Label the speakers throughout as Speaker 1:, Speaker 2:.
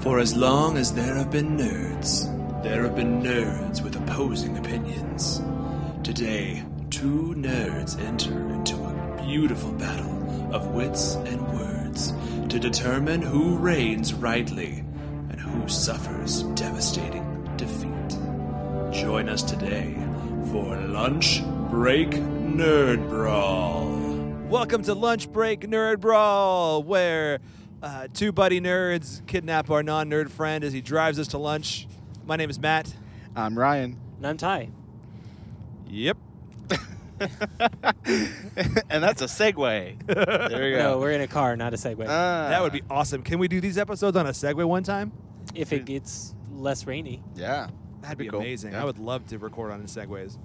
Speaker 1: For as long as there have been nerds, there have been nerds with opposing opinions. Today, two nerds enter into a beautiful battle of wits and words to determine who reigns rightly and who suffers devastating defeat. Join us today for Lunch Break Nerd Brawl.
Speaker 2: Welcome to Lunch Break Nerd Brawl, where uh, two buddy nerds kidnap our non nerd friend as he drives us to lunch. My name is Matt.
Speaker 3: I'm Ryan.
Speaker 4: And I'm Ty.
Speaker 2: Yep.
Speaker 3: and that's a segue. There we
Speaker 4: No,
Speaker 3: go.
Speaker 4: we're in a car, not a Segway.
Speaker 3: Ah.
Speaker 2: That would be awesome. Can we do these episodes on a Segway one time?
Speaker 4: if it gets less rainy,
Speaker 3: Yeah.
Speaker 2: That'd be,
Speaker 3: Be cool.
Speaker 2: amazing.
Speaker 3: Yeah.
Speaker 2: I would love to record on Segways.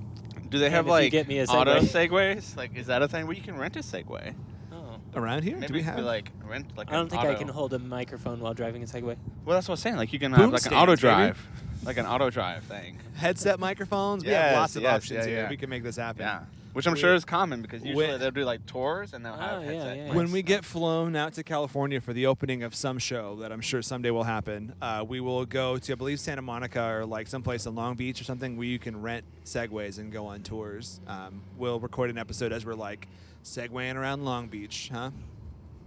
Speaker 3: Do they have
Speaker 4: if you
Speaker 3: like
Speaker 4: get me a
Speaker 3: auto
Speaker 4: Segway.
Speaker 3: segways? Like, is that a thing? Well, you can rent a Segway.
Speaker 4: oh.
Speaker 2: Around here?
Speaker 3: Maybe
Speaker 2: do we
Speaker 3: it could
Speaker 2: have
Speaker 3: be, like rent like.
Speaker 4: I don't
Speaker 3: an
Speaker 4: think I
Speaker 3: auto-
Speaker 4: can hold a microphone while driving a Segway.
Speaker 3: Well, that's what I'm saying. Like, you can
Speaker 2: Boom
Speaker 3: have like an auto
Speaker 2: stands, baby.
Speaker 3: drive, like an auto drive thing.
Speaker 2: headset microphones? We have
Speaker 3: Yes,
Speaker 2: lots of
Speaker 3: yes,
Speaker 2: options
Speaker 3: yeah,
Speaker 2: here.
Speaker 3: yeah.
Speaker 2: We can make this happen.
Speaker 3: Yeah. Which I'm sure
Speaker 2: Wait.
Speaker 3: is common because usually
Speaker 2: Wait.
Speaker 3: they'll do like tours and they'll have
Speaker 4: Oh, yeah,
Speaker 3: headset
Speaker 4: yeah.
Speaker 3: mics.
Speaker 2: When we get flown out to California for the opening of some show that I'm sure someday will happen, uh, we will go to I believe Santa Monica or like someplace in Long Beach or something where you can rent segways and go on tours. Um, we'll record an episode as we're like segwaying around Long Beach, huh?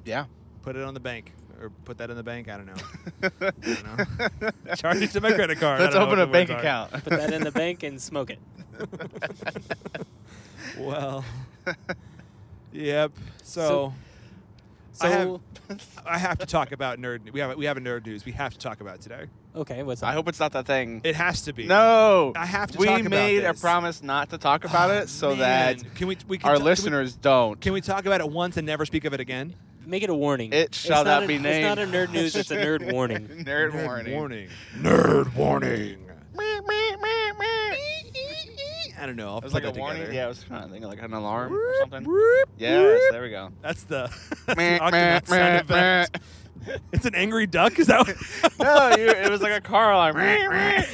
Speaker 3: Yeah.
Speaker 2: Put it on the bank or put that in the bank. I don't know. don't Charge it to my credit card. I
Speaker 3: Let's
Speaker 2: don't know
Speaker 3: open
Speaker 2: what
Speaker 3: a
Speaker 2: the
Speaker 3: bank
Speaker 2: words are.
Speaker 3: account.
Speaker 4: Put that in the bank and smoke it.
Speaker 2: Well, yep. So,
Speaker 4: So,
Speaker 2: I have- I have to talk about nerd. We have we have a nerd news we have to talk about today.
Speaker 4: okay, what's up?
Speaker 3: I hope it's not that thing.
Speaker 2: It has to be.
Speaker 3: No,
Speaker 2: I have to
Speaker 3: We
Speaker 2: talk about
Speaker 3: made
Speaker 2: this. Oh,
Speaker 3: a promise not to talk about it, so
Speaker 2: Man.
Speaker 3: that
Speaker 2: can we, we can
Speaker 3: our
Speaker 2: t-
Speaker 3: listeners don't.
Speaker 2: can we, can we talk about it once and never speak of it again?
Speaker 4: Make it a warning.
Speaker 3: It
Speaker 4: It's
Speaker 3: shall not
Speaker 4: a-
Speaker 3: be
Speaker 4: It's not a
Speaker 3: named.
Speaker 4: nerd news, it's a nerd warning.
Speaker 3: Nerd, warning.
Speaker 2: Nerd warning. I don't know. I'll
Speaker 3: It was
Speaker 2: put
Speaker 3: like a
Speaker 2: that
Speaker 3: warning.
Speaker 2: together.
Speaker 3: Yeah, it was kind of thinking like an alarm or
Speaker 2: Whoop,
Speaker 3: something.
Speaker 2: whoop,
Speaker 3: Yes,
Speaker 2: whoop.
Speaker 3: there we go.
Speaker 2: That's the, that's
Speaker 3: Meh,
Speaker 2: the Octonaut
Speaker 3: meh,
Speaker 2: sound
Speaker 3: meh,
Speaker 2: effect. It's an angry duck. Is that? What
Speaker 3: No, you, it was like a car alarm.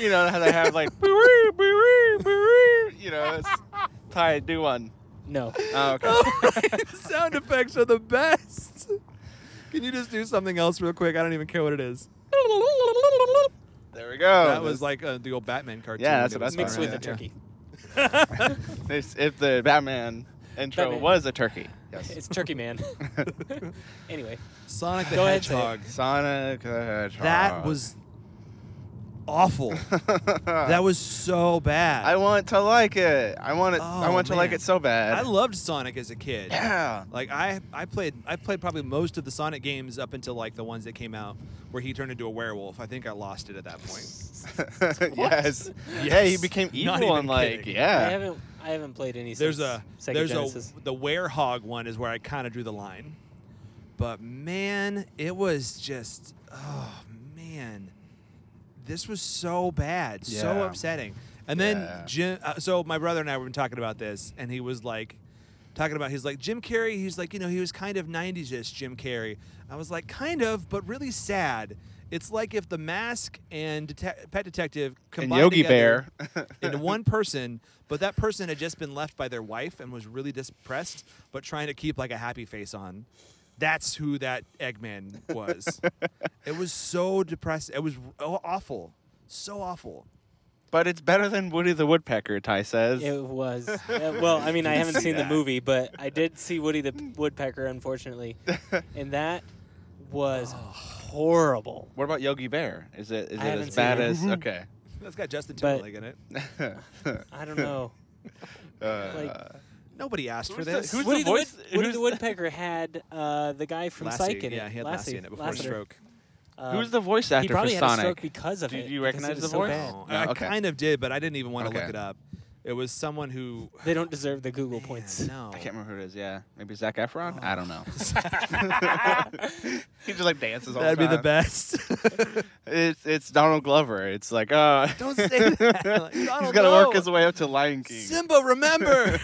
Speaker 3: you know how they have like, you know, it's Ty, do one.
Speaker 4: No.
Speaker 3: Oh, okay.
Speaker 2: Oh, the sound effects are the best. Can you just do something else real quick? I don't even care what it is.
Speaker 3: Oh, There we go.
Speaker 2: that was like uh, the old Batman cartoon.
Speaker 3: Yeah, that's
Speaker 2: It
Speaker 3: what I
Speaker 2: was
Speaker 3: thought.
Speaker 4: Mixed
Speaker 2: around
Speaker 4: with
Speaker 2: that,
Speaker 4: a turkey.
Speaker 2: yeah.
Speaker 3: This- if the Batman intro
Speaker 4: Batman.
Speaker 3: was a turkey. Yes.
Speaker 4: It's Turkey Man. anyway,
Speaker 2: Sonic the
Speaker 4: Go ahead, say it.
Speaker 2: Hedgehog.
Speaker 3: Sonic the Hedgehog.
Speaker 2: That was awful. that was so bad.
Speaker 3: I want to like it. I want it. I
Speaker 2: Oh,
Speaker 3: want to like
Speaker 2: man.
Speaker 3: it so bad.
Speaker 2: I loved Sonic as a kid.
Speaker 3: yeah.
Speaker 2: Like I, I played, I played probably most of the Sonic games up until like the ones that came out where he turned into a werewolf. I think I lost it at that point.
Speaker 3: yes. Yeah, he
Speaker 2: Yes.
Speaker 3: became evil
Speaker 2: Not even
Speaker 3: and like
Speaker 2: kidding.
Speaker 4: I
Speaker 3: yeah.
Speaker 4: haven't I haven't played any
Speaker 2: There's
Speaker 4: since
Speaker 2: a,
Speaker 4: Sega
Speaker 2: there's
Speaker 4: Genesis.
Speaker 2: a, the werehog one is where I kind of drew the line. But man, it was just, oh man, this was so bad, so
Speaker 3: Yeah.
Speaker 2: upsetting. And then
Speaker 3: Yeah.
Speaker 2: Jim, uh, so my brother and I were talking about this, and he was like, talking about he's like Jim Carrey. He's like, you know, he was kind of '90s-ish Jim Carrey. I was like, kind of, but really sad. It's like if The Mask and Detec- Pet Detective combined
Speaker 3: Yogi
Speaker 2: together
Speaker 3: Bear.
Speaker 2: into one person, but that person had just been left by their wife and was really depressed, but trying to keep like a happy face on. That's who that Eggman was. it was so depressing. It was aw- awful, so awful.
Speaker 3: But it's better than Woody the Woodpecker. Ty says.
Speaker 4: It was. Uh, well, I mean, I haven't
Speaker 3: see
Speaker 4: seen
Speaker 3: that.
Speaker 4: the movie, but I did see Woody the P- Woodpecker, unfortunately. And that
Speaker 3: Oh.
Speaker 4: was horrible.
Speaker 3: What about Yogi Bear? Is it is it
Speaker 4: I haven't
Speaker 3: as
Speaker 4: seen
Speaker 3: bad
Speaker 4: it. Mm-hmm.
Speaker 3: as okay?
Speaker 2: That's got Justin
Speaker 4: But-
Speaker 2: Timberlake in it.
Speaker 4: I don't know.
Speaker 3: Uh,
Speaker 2: Nobody asked for
Speaker 3: Who's the-
Speaker 2: this.
Speaker 3: who's-
Speaker 4: Woody
Speaker 3: the
Speaker 4: the, Wood-
Speaker 3: voice-
Speaker 4: Woody
Speaker 3: who's
Speaker 4: the
Speaker 3: the-
Speaker 4: Woodpecker had uh, the guy from
Speaker 2: Lassie,
Speaker 4: Psych in it.
Speaker 2: yeah, he had Lassie, in it before
Speaker 4: Lassiter.
Speaker 2: stroke.
Speaker 4: Um,
Speaker 3: Who's the voice actor
Speaker 4: he probably
Speaker 3: for
Speaker 4: had a
Speaker 3: Sonic?
Speaker 4: stroke because of
Speaker 3: Do
Speaker 4: it.
Speaker 3: you
Speaker 4: because it
Speaker 3: recognize
Speaker 4: was
Speaker 3: the
Speaker 4: so
Speaker 3: voice?
Speaker 4: bad.
Speaker 2: Oh,
Speaker 3: No,
Speaker 2: I
Speaker 3: okay.
Speaker 2: kind of did, but I didn't even want to look
Speaker 3: Okay.
Speaker 2: it up. It was someone who.
Speaker 4: They don't deserve the Google
Speaker 2: Man,
Speaker 4: points.
Speaker 2: No.
Speaker 3: I can't remember who it is. Yeah, maybe Zach Efron.
Speaker 4: Oh.
Speaker 3: I don't know. he just like dances all
Speaker 2: That'd
Speaker 3: the
Speaker 2: be
Speaker 3: time.
Speaker 2: the best.
Speaker 3: It's it's Donald Glover. It's like uh.
Speaker 2: Don't say that. Like,
Speaker 3: he's
Speaker 2: Donald,
Speaker 3: gotta
Speaker 2: no.
Speaker 3: work his way up to Lion King.
Speaker 2: Simba, remember.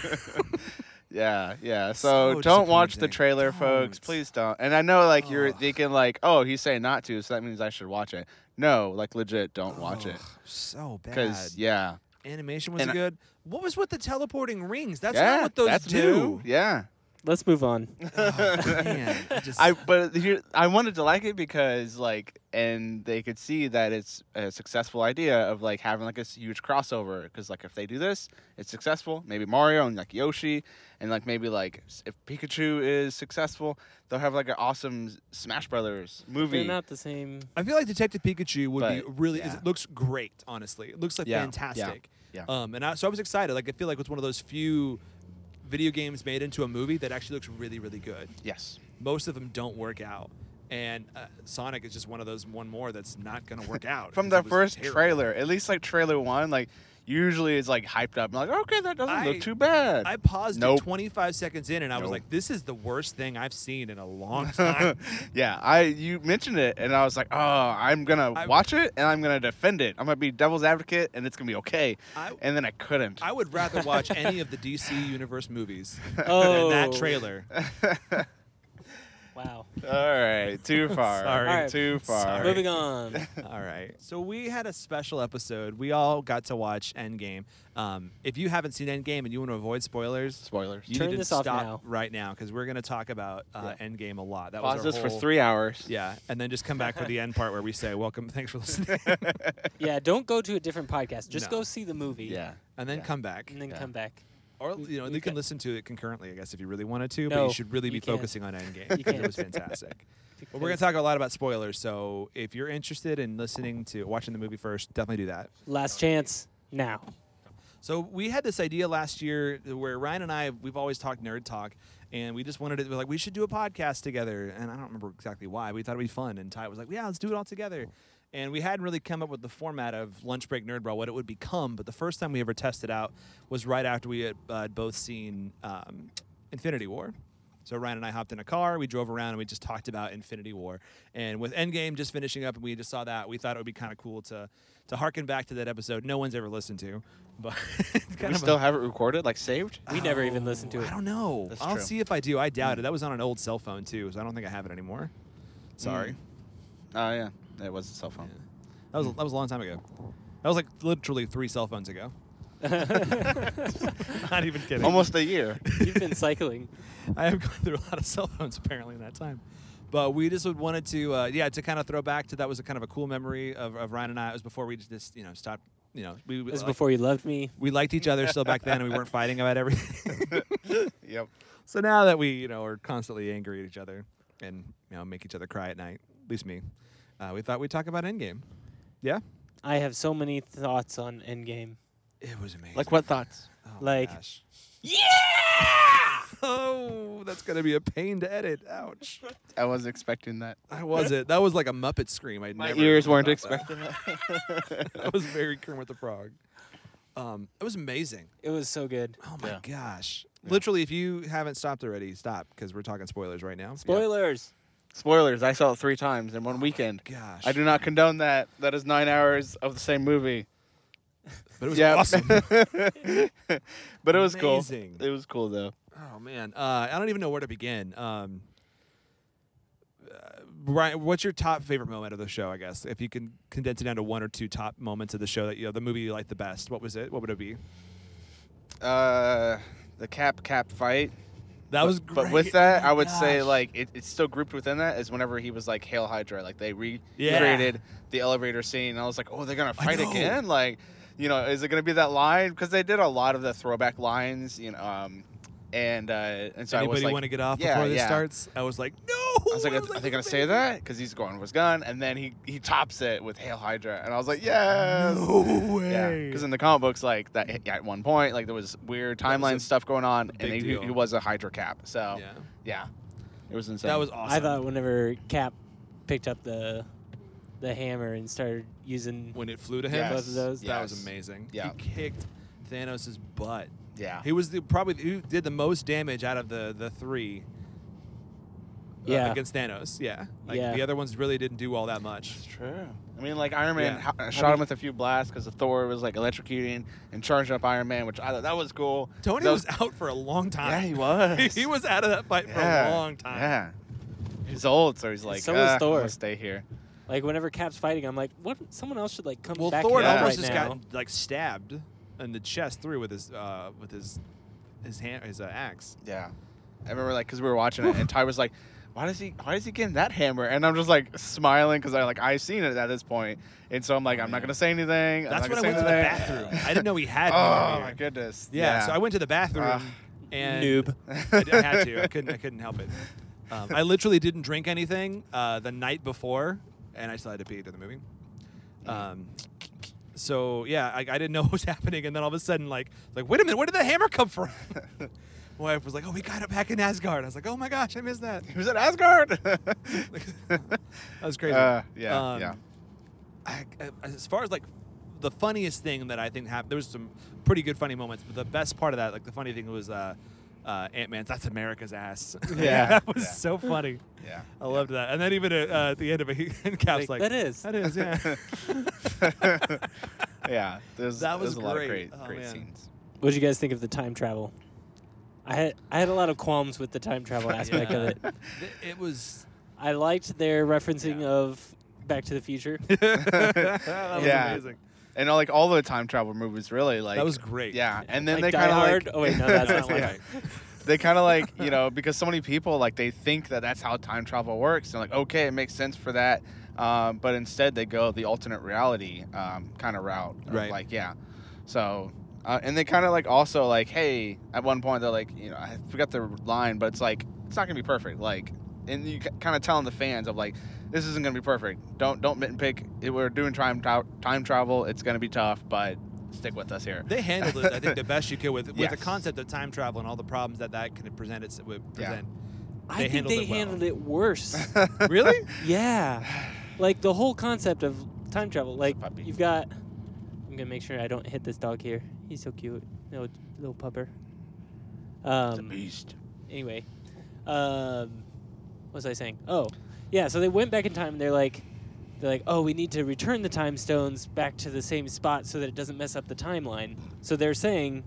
Speaker 3: Yeah, yeah. So,
Speaker 2: So
Speaker 3: don't watch the
Speaker 2: disappointing.
Speaker 3: trailer, folks.
Speaker 2: Don't.
Speaker 3: Please don't. And I know, like, you're
Speaker 2: Ugh.
Speaker 3: thinking, like, oh, he's saying not to, so that means I should watch it. No, like, legit, don't watch it.
Speaker 2: Ugh, So bad.
Speaker 3: Because, yeah.
Speaker 2: animation was
Speaker 3: And I-
Speaker 2: good. what was with the teleporting rings? That's
Speaker 3: yeah,
Speaker 2: not what those
Speaker 3: that's
Speaker 2: do.
Speaker 3: new. Yeah.
Speaker 4: Let's move on.
Speaker 2: Man, I just,
Speaker 3: I but here, I wanted to like it because like and they could see that it's a successful idea of like having like a s- huge crossover because like if they do this it's successful maybe Mario and like Yoshi and like maybe like s- if Pikachu is successful they'll have like an awesome s- Smash Brothers movie
Speaker 4: They're not the same.
Speaker 2: I feel like Detective Pikachu would be
Speaker 3: But,
Speaker 2: really.
Speaker 3: yeah.
Speaker 2: It looks great, honestly. It looks like
Speaker 3: Yeah, yeah,
Speaker 2: fantastic.
Speaker 3: yeah.
Speaker 2: Um, and I, so I was excited. Like I feel like it's one of those few video games made into a movie that actually looks really, really good.
Speaker 3: yes
Speaker 2: Most of them don't work out, and uh, Sonic is just one of those one more that's not gonna work out. 'cause
Speaker 3: from the
Speaker 2: it was
Speaker 3: first
Speaker 2: terrible.
Speaker 3: trailer at least like trailer one like usually it's like hyped up I'm like okay that doesn't
Speaker 2: I-
Speaker 3: look too bad
Speaker 2: I paused
Speaker 3: Nope.
Speaker 2: it 25 seconds in, and I was
Speaker 3: Nope.
Speaker 2: like, "This is the worst thing I've seen in a long time."
Speaker 3: yeah, I you mentioned it, and I was like, oh, I'm gonna
Speaker 2: I-
Speaker 3: watch it, and I'm gonna defend it. I'm gonna be devil's advocate, and it's gonna be okay.
Speaker 2: I-
Speaker 3: and then I couldn't.
Speaker 2: I would rather watch any of the DC universe movies
Speaker 4: Oh,
Speaker 2: than that trailer.
Speaker 4: Wow.
Speaker 3: All right, too far.
Speaker 2: Sorry.
Speaker 4: All right,
Speaker 3: too far.
Speaker 4: Moving on.
Speaker 2: All right. So we had a special episode. We all got to watch Endgame. Um, if you haven't seen Endgame and you want to avoid spoilers,
Speaker 3: Spoilers.
Speaker 2: you
Speaker 4: Turn
Speaker 2: need to
Speaker 4: this off
Speaker 2: stop
Speaker 4: now.
Speaker 2: right now because we're going to talk about uh, Endgame a lot. That was
Speaker 3: Pause this
Speaker 2: our
Speaker 3: for
Speaker 2: whole-
Speaker 3: three hours.
Speaker 2: Yeah, and then just come back for the end part where we say, "Welcome, thanks for listening,"
Speaker 4: Yeah, don't go to a different podcast. Just
Speaker 2: No.
Speaker 4: go see the movie.
Speaker 3: Yeah.
Speaker 2: and then
Speaker 3: Yeah.
Speaker 2: come back,
Speaker 4: And then
Speaker 3: Yeah.
Speaker 4: come back.
Speaker 2: or you know,
Speaker 4: you
Speaker 2: you can
Speaker 4: can-
Speaker 2: listen to it concurrently, I guess, if you really wanted to. but
Speaker 4: No,
Speaker 2: you should really
Speaker 4: you
Speaker 2: be
Speaker 4: can't.
Speaker 2: focusing on Endgame.
Speaker 4: You
Speaker 2: because It
Speaker 4: can't.
Speaker 2: was fantastic. But we're going to talk a lot about spoilers, so if you're interested in listening to watching the movie first, definitely do that.
Speaker 4: Last chance now.
Speaker 2: So we had this idea last year where Ryan and I we've always talked nerd talk, and we just wanted to we're like we should do a podcast together. And I don't remember exactly why. We thought it'd be fun, and Ty was like, "Yeah, let's do it all together." And we hadn't really come up with the format of lunch break nerd brawl, what it would become. But the first time we ever tested out was right after we had uh, both seen um, Infinity War. So Ryan and I hopped in a car, we drove around, and we just talked about Infinity War. And with Endgame just finishing up, and we just saw that, we thought it would be kind of cool to to harken back to that episode. No one's ever listened to, but it's kind
Speaker 3: We
Speaker 2: of a-
Speaker 3: still have it recorded, like saved.
Speaker 4: We never even listened to
Speaker 2: I
Speaker 4: it.
Speaker 2: don't know.
Speaker 3: That's
Speaker 2: I'll
Speaker 3: true.
Speaker 2: see if I do. I doubt it. That was on an old cell phone too, so I don't think I have it anymore.
Speaker 3: Mm.
Speaker 2: Sorry,
Speaker 3: Oh yeah, it was a cell phone.
Speaker 2: that was
Speaker 3: Mm.
Speaker 2: that was a long time ago. That was like literally three cell phones ago. Not even kidding.
Speaker 3: Almost a year.
Speaker 4: You've been cycling.
Speaker 2: I have gone through a lot of cell phones apparently in that time. But we just would wanted to, uh, yeah, to kind of throw back to that was a kind of a cool memory of, of Ryan and I. It was before we just, you know, stopped, you know, we
Speaker 4: It was
Speaker 2: like,
Speaker 4: before you loved me.
Speaker 2: we liked each other still back then, and we weren't fighting about everything.
Speaker 3: yep.
Speaker 2: so now that we, you know, are constantly angry at each other and you know make each other cry at night, at least me, uh, we thought we'd talk about Endgame. Yeah,
Speaker 4: I have so many thoughts on Endgame.
Speaker 2: it was amazing.
Speaker 3: Like what thoughts?
Speaker 2: Oh,
Speaker 4: like-
Speaker 2: gosh. yeah. Oh, that's gonna be a pain to edit. Ouch.
Speaker 3: I was expecting that.
Speaker 2: I was it. That was like a Muppet scream. I
Speaker 3: My
Speaker 2: never
Speaker 3: ears
Speaker 2: thought
Speaker 3: weren't
Speaker 2: that.
Speaker 3: expecting that.
Speaker 2: That was very Kermit the Frog. Um, it was amazing.
Speaker 4: It was so good.
Speaker 2: Oh my
Speaker 3: Yeah.
Speaker 2: gosh! Literally, if you haven't stopped already, stop because we're talking spoilers right now.
Speaker 4: Spoilers.
Speaker 3: Spoilers. I saw it three times in one weekend.
Speaker 2: Gosh,
Speaker 3: I do not condone that. That is nine hours of the same movie.
Speaker 2: But it was
Speaker 3: Yeah,
Speaker 2: awesome.
Speaker 3: but it was cool.
Speaker 2: Amazing.
Speaker 3: It was cool though.
Speaker 2: oh man, uh, I don't even know where to begin. Um, uh, Ryan, what's your top favorite moment of the show? I guess if you can condense it down to one or two top moments of the show that you know the movie you liked the best, what was it? What would it be?
Speaker 3: Uh, the cap cap fight.
Speaker 2: That was great.
Speaker 3: But with that,
Speaker 2: Oh
Speaker 3: I would say
Speaker 2: gosh.
Speaker 3: like it, it's still grouped within that is whenever he was like Hail Hydra, like they recreated
Speaker 2: Yeah.
Speaker 3: the elevator scene. And I was like, oh, they're gonna
Speaker 2: I
Speaker 3: fight
Speaker 2: know.
Speaker 3: again. Like, you know, is it gonna be that line? Because they did a lot of the throwback lines. You know, um, and uh, and so I was
Speaker 2: anybody
Speaker 3: like,
Speaker 2: want to get off
Speaker 3: yeah,
Speaker 2: before this
Speaker 3: yeah.
Speaker 2: starts? I was like, no.
Speaker 3: I was like, are, are they gonna say that? Because he's going for his gun, and then he he tops it with Hail Hydra, and I was like, yes.
Speaker 2: No
Speaker 3: Yeah,
Speaker 2: way.
Speaker 3: because in the comic books, like that at one point, like there was weird
Speaker 2: That was
Speaker 3: timeline
Speaker 2: a
Speaker 3: stuff going on,
Speaker 2: big
Speaker 3: and he,
Speaker 2: deal.
Speaker 3: he was a Hydra cap. So
Speaker 2: Yeah.
Speaker 3: yeah. it was insane.
Speaker 2: that was awesome.
Speaker 4: I thought whenever Cap picked up the the hammer and started using
Speaker 2: when it flew to him.
Speaker 3: Yes.
Speaker 4: Both of those?
Speaker 2: That
Speaker 3: Yes.
Speaker 2: was amazing.
Speaker 3: Yeah.
Speaker 2: He kicked Thanos' butt.
Speaker 3: yeah.
Speaker 2: He was the probably who did the most damage out of the the three. uh,
Speaker 4: Yeah.
Speaker 2: against Thanos. Yeah, like
Speaker 4: Yeah.
Speaker 2: the other ones really didn't do all that much.
Speaker 3: It's true. I mean, like Iron Man
Speaker 2: Yeah.
Speaker 3: ho- shot him with a few blasts because Thor was like electrocuting and charging up Iron Man, which I thought that was cool.
Speaker 2: Tony
Speaker 3: That
Speaker 2: was out for a long time.
Speaker 3: Yeah, he was.
Speaker 2: he was out of that fight for a long time.
Speaker 3: Yeah. He's old, so he's like,
Speaker 4: so was
Speaker 3: "Ah, I'm
Speaker 4: Thor."
Speaker 3: gonna stay here.
Speaker 4: like whenever Cap's fighting, I'm like, what? Someone else should like come
Speaker 2: Well,
Speaker 4: back
Speaker 2: Thor
Speaker 4: and
Speaker 3: Yeah.
Speaker 4: help
Speaker 2: almost
Speaker 4: right
Speaker 2: just
Speaker 4: now.
Speaker 2: got like stabbed in the chest through with his uh, with his his hand his uh, axe.
Speaker 3: Yeah. I remember like because we were watching it, and Ty was like, "Why does he? Why is he getting that hammer?" And I'm just like smiling because I like I've seen it at this point, and so I'm like, I'm not gonna say anything. I'm
Speaker 2: Oh, That's
Speaker 3: not
Speaker 2: when I went to
Speaker 3: gonna say
Speaker 2: the
Speaker 3: anything.
Speaker 2: bathroom. I didn't know he had.
Speaker 3: Oh
Speaker 2: one
Speaker 3: my
Speaker 2: here.
Speaker 3: goodness. Ah.
Speaker 2: Yeah, So I went to the bathroom
Speaker 3: Ugh.
Speaker 2: and
Speaker 4: Noob.
Speaker 2: I, d- I had to. I couldn't. I couldn't help it. Um, I literally didn't drink anything uh, the night before, and I still had to pee to the movie.
Speaker 3: Mm.
Speaker 2: Um, so yeah, I, I didn't know what was happening, and then all of a sudden, like, like wait a minute, where did the hammer come from? My wife was like, "Oh, we got it back in Asgard." I was like, "Oh my gosh, I missed that."
Speaker 3: He was at Asgard.
Speaker 2: that was crazy.
Speaker 3: Uh, yeah,
Speaker 2: Um,
Speaker 3: yeah.
Speaker 2: I, I- as far as like the funniest thing that I think happened, there was some pretty good funny moments, but the best part of that, like the funny thing was uh, uh, Ant Man's "That's America's ass."
Speaker 3: Yeah.
Speaker 2: that was
Speaker 3: Yeah.
Speaker 2: so funny.
Speaker 3: Yeah.
Speaker 2: I loved that. And then even at, uh, at the end of it, and Cap's like,
Speaker 4: Like, "That is."
Speaker 2: that is, yeah."
Speaker 3: yeah. There's,
Speaker 2: That was
Speaker 3: there's a lot of
Speaker 2: great.
Speaker 3: great,
Speaker 2: Oh,
Speaker 3: great
Speaker 2: man.
Speaker 3: scenes.
Speaker 4: What did you guys think of the time travel? I had I had a lot of qualms with the time travel aspect of it.
Speaker 2: Yeah. Th- it was.
Speaker 4: I liked their referencing of Back to the Future.
Speaker 2: that was
Speaker 3: Yeah.
Speaker 2: amazing.
Speaker 3: And all, like all the time travel movies, really like
Speaker 2: That was great.
Speaker 3: Yeah, and then
Speaker 4: Like
Speaker 3: they
Speaker 4: Die
Speaker 3: kind of
Speaker 4: Hard?
Speaker 3: like
Speaker 4: Oh, wait, no, that's not
Speaker 2: like
Speaker 3: yeah.
Speaker 2: it.
Speaker 3: They kind of like you know because so many people like they think that that's how time travel works. And like okay, it makes sense for that, um, but instead they go the alternate reality um, kind of route. of,
Speaker 2: Right.
Speaker 3: Like yeah, so. Uh, and they kind of like also like, hey, at one point they're like, you know, I forgot the line, but it's like it's not gonna be perfect. Like, and you kind of telling the fans of like, this isn't gonna be perfect. Don't don't nitpick. It- We're doing time tra- time travel. It's gonna be tough, but stick with us here.
Speaker 2: They handled it, I think, the best you could with with the
Speaker 3: Yes.
Speaker 2: concept of time travel and all the problems that that could present. It's would
Speaker 3: Yeah.
Speaker 2: present.
Speaker 4: I think
Speaker 2: handled
Speaker 4: they
Speaker 2: it well.
Speaker 4: handled it worse.
Speaker 2: Really?
Speaker 4: yeah, like the whole concept of time travel. Like
Speaker 3: puppy.
Speaker 4: you've got. I'm gonna make sure I don't hit this dog here. He's so cute, little little pupper. Um,
Speaker 3: beast.
Speaker 4: anyway, um, what was I saying? Oh, yeah. So they went back in time. and They're like, they're like, oh, we need to return the time stones back to the same spot so that it doesn't mess up the timeline. So they're saying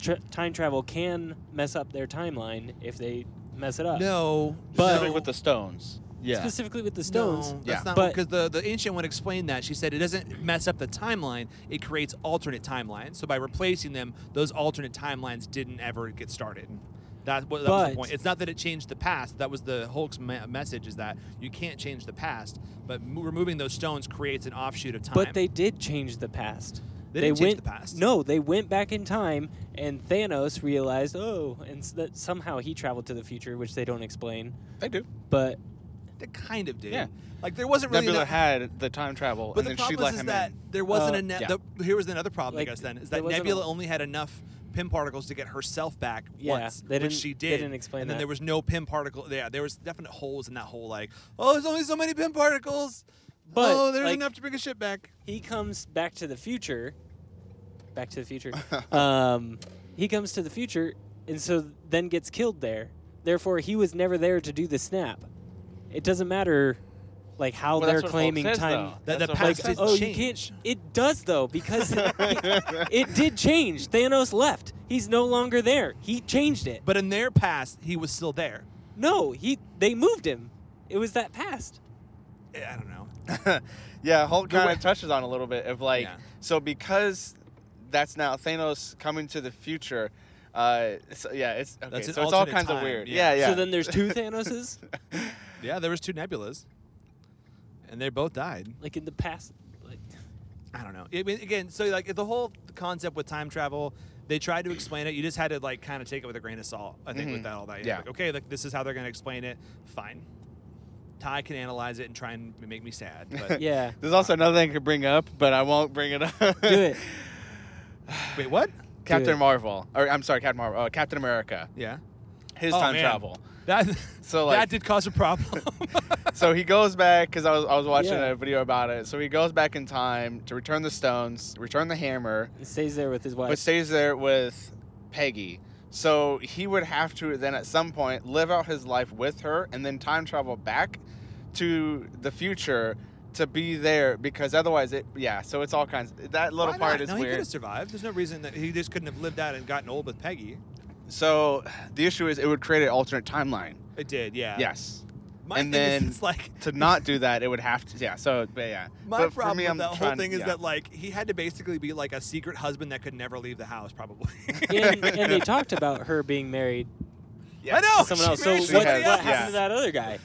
Speaker 4: tra- time travel can mess up their timeline if they mess it up.
Speaker 2: No,
Speaker 4: But-
Speaker 3: Specific with the stones. Yeah.
Speaker 4: Specifically with the stones.
Speaker 2: No,
Speaker 3: Yeah.
Speaker 2: that's not
Speaker 4: But-
Speaker 2: because the the ancient one explained that. She said it doesn't mess up the timeline; it creates alternate timelines. So by replacing them, those alternate timelines didn't ever get started. That, wa- that was the
Speaker 4: But-
Speaker 2: point. It's not that it changed the past. That was the Hulk's me- message: is that you can't change the past, but m- removing those stones creates an offshoot of time.
Speaker 4: But they did change the past.
Speaker 2: They didn't change
Speaker 4: went,
Speaker 2: the past.
Speaker 4: No, they went back in time, and Thanos realized, oh, and s- that somehow he traveled to the future, which they don't explain.
Speaker 3: They do.
Speaker 4: But
Speaker 2: They kind of did.
Speaker 3: Yeah.
Speaker 2: Like there wasn't really.
Speaker 3: Nebula
Speaker 2: enough-
Speaker 3: had the time travel,
Speaker 2: But
Speaker 3: and
Speaker 2: the
Speaker 3: then she
Speaker 2: problem
Speaker 3: let
Speaker 2: is, is
Speaker 3: him
Speaker 2: that
Speaker 3: in.
Speaker 2: there wasn't
Speaker 4: Uh,
Speaker 2: enough.
Speaker 3: yeah.
Speaker 2: The, here was another problem,
Speaker 4: Like,
Speaker 2: I guess. Then is
Speaker 4: there
Speaker 2: that
Speaker 4: wasn't
Speaker 2: Nebula
Speaker 4: a-
Speaker 2: only had enough pim particles to get herself back
Speaker 4: Yeah,
Speaker 2: once,
Speaker 4: they
Speaker 2: which
Speaker 4: didn't-
Speaker 2: she
Speaker 4: they
Speaker 2: did.
Speaker 4: didn't explain
Speaker 2: And then
Speaker 4: that.
Speaker 2: there was no pim particle. Yeah, there was definite holes in that whole. Like, oh, there's only so many pim particles.
Speaker 4: But,
Speaker 2: oh, there's
Speaker 4: like-
Speaker 2: enough to bring a ship back.
Speaker 4: he comes back to the future. Back to the future. um, he comes to the future, and so then gets killed there. Therefore, he was never there to do the snap. It doesn't matter, like how
Speaker 3: Well,
Speaker 4: they're
Speaker 3: that's what Hulk
Speaker 4: claiming
Speaker 3: says,
Speaker 4: time.
Speaker 3: though.
Speaker 2: That
Speaker 3: That's
Speaker 2: the
Speaker 3: what Hulk
Speaker 2: past
Speaker 4: Like,
Speaker 2: is-
Speaker 3: says.
Speaker 4: oh, you
Speaker 2: change.
Speaker 4: can't. It does though because it, it did change. Thanos left. He's no longer there. He changed it.
Speaker 2: But in their past, he was still there.
Speaker 4: No, he they moved him. It was that past.
Speaker 2: I don't know.
Speaker 3: yeah, Hulk
Speaker 2: The
Speaker 3: kind
Speaker 2: way-
Speaker 3: of touches on a little bit of like,
Speaker 2: Yeah.
Speaker 3: so because that's now Thanos coming to the future. Uh, so, yeah, it's okay.
Speaker 2: That's an
Speaker 3: so it's all
Speaker 2: alternate
Speaker 3: kinds
Speaker 2: time,
Speaker 3: of weird.
Speaker 2: yeah.
Speaker 3: Yeah, yeah.
Speaker 4: So then there's two Thanoses,
Speaker 2: Yeah, there was two nebulas, and they both died.
Speaker 4: like in the past. Like,
Speaker 2: I don't know. I mean, again, so like the whole concept with time travel, they tried to explain it. You just had to like kind of take it with a grain of salt. I think with that all that. You're
Speaker 3: Mm-hmm. Yeah.
Speaker 2: Like, okay, like this is how they're going to explain it. Fine. Ty can analyze it and try and make me sad. But
Speaker 4: yeah.
Speaker 3: There's also another thing I could bring up, but I won't bring it up.
Speaker 4: Do it.
Speaker 2: wait, what?
Speaker 3: Captain
Speaker 4: it.
Speaker 3: Marvel, or I'm sorry, Captain Marvel, uh, Captain America.
Speaker 2: Yeah.
Speaker 3: His
Speaker 2: Oh,
Speaker 3: time
Speaker 2: man.
Speaker 3: travel.
Speaker 2: That
Speaker 3: So,
Speaker 2: that
Speaker 3: like-
Speaker 2: did cause a problem.
Speaker 3: so he goes back because I was, I was watching
Speaker 4: Yeah.
Speaker 3: a video about it. So he goes back in time to return the stones, return the hammer,
Speaker 4: He stays there with his
Speaker 3: but
Speaker 4: wife.
Speaker 3: stays there with Peggy. So he would have to then at some point live out his life with her and then time travel back to the future to be there because otherwise it yeah so it's all kinds that little
Speaker 2: Why
Speaker 3: part
Speaker 2: not?
Speaker 3: is
Speaker 2: no, he could
Speaker 3: weird
Speaker 2: have survived. There's no reason that he just couldn't have lived out and gotten old with Peggy.
Speaker 3: so the issue is it would create an alternate timeline
Speaker 2: It did. Yeah.
Speaker 3: yes
Speaker 2: My
Speaker 3: and
Speaker 2: thing is,
Speaker 3: then
Speaker 2: it's like
Speaker 3: to not do that it would have to yeah so but yeah
Speaker 2: My
Speaker 3: But for
Speaker 2: problem
Speaker 3: me,
Speaker 2: with
Speaker 3: I'm
Speaker 2: that whole
Speaker 3: trying-
Speaker 2: thing is
Speaker 3: yeah.
Speaker 2: that like he had to basically be like a secret husband that could never leave the house, probably.
Speaker 4: and, and they talked about her being married
Speaker 2: I know.
Speaker 4: someone
Speaker 2: she
Speaker 4: else.
Speaker 2: married
Speaker 4: So what,
Speaker 3: Oh, she
Speaker 4: what
Speaker 2: somebody
Speaker 3: has-
Speaker 2: else.
Speaker 4: happened
Speaker 3: yeah.
Speaker 4: to that other guy?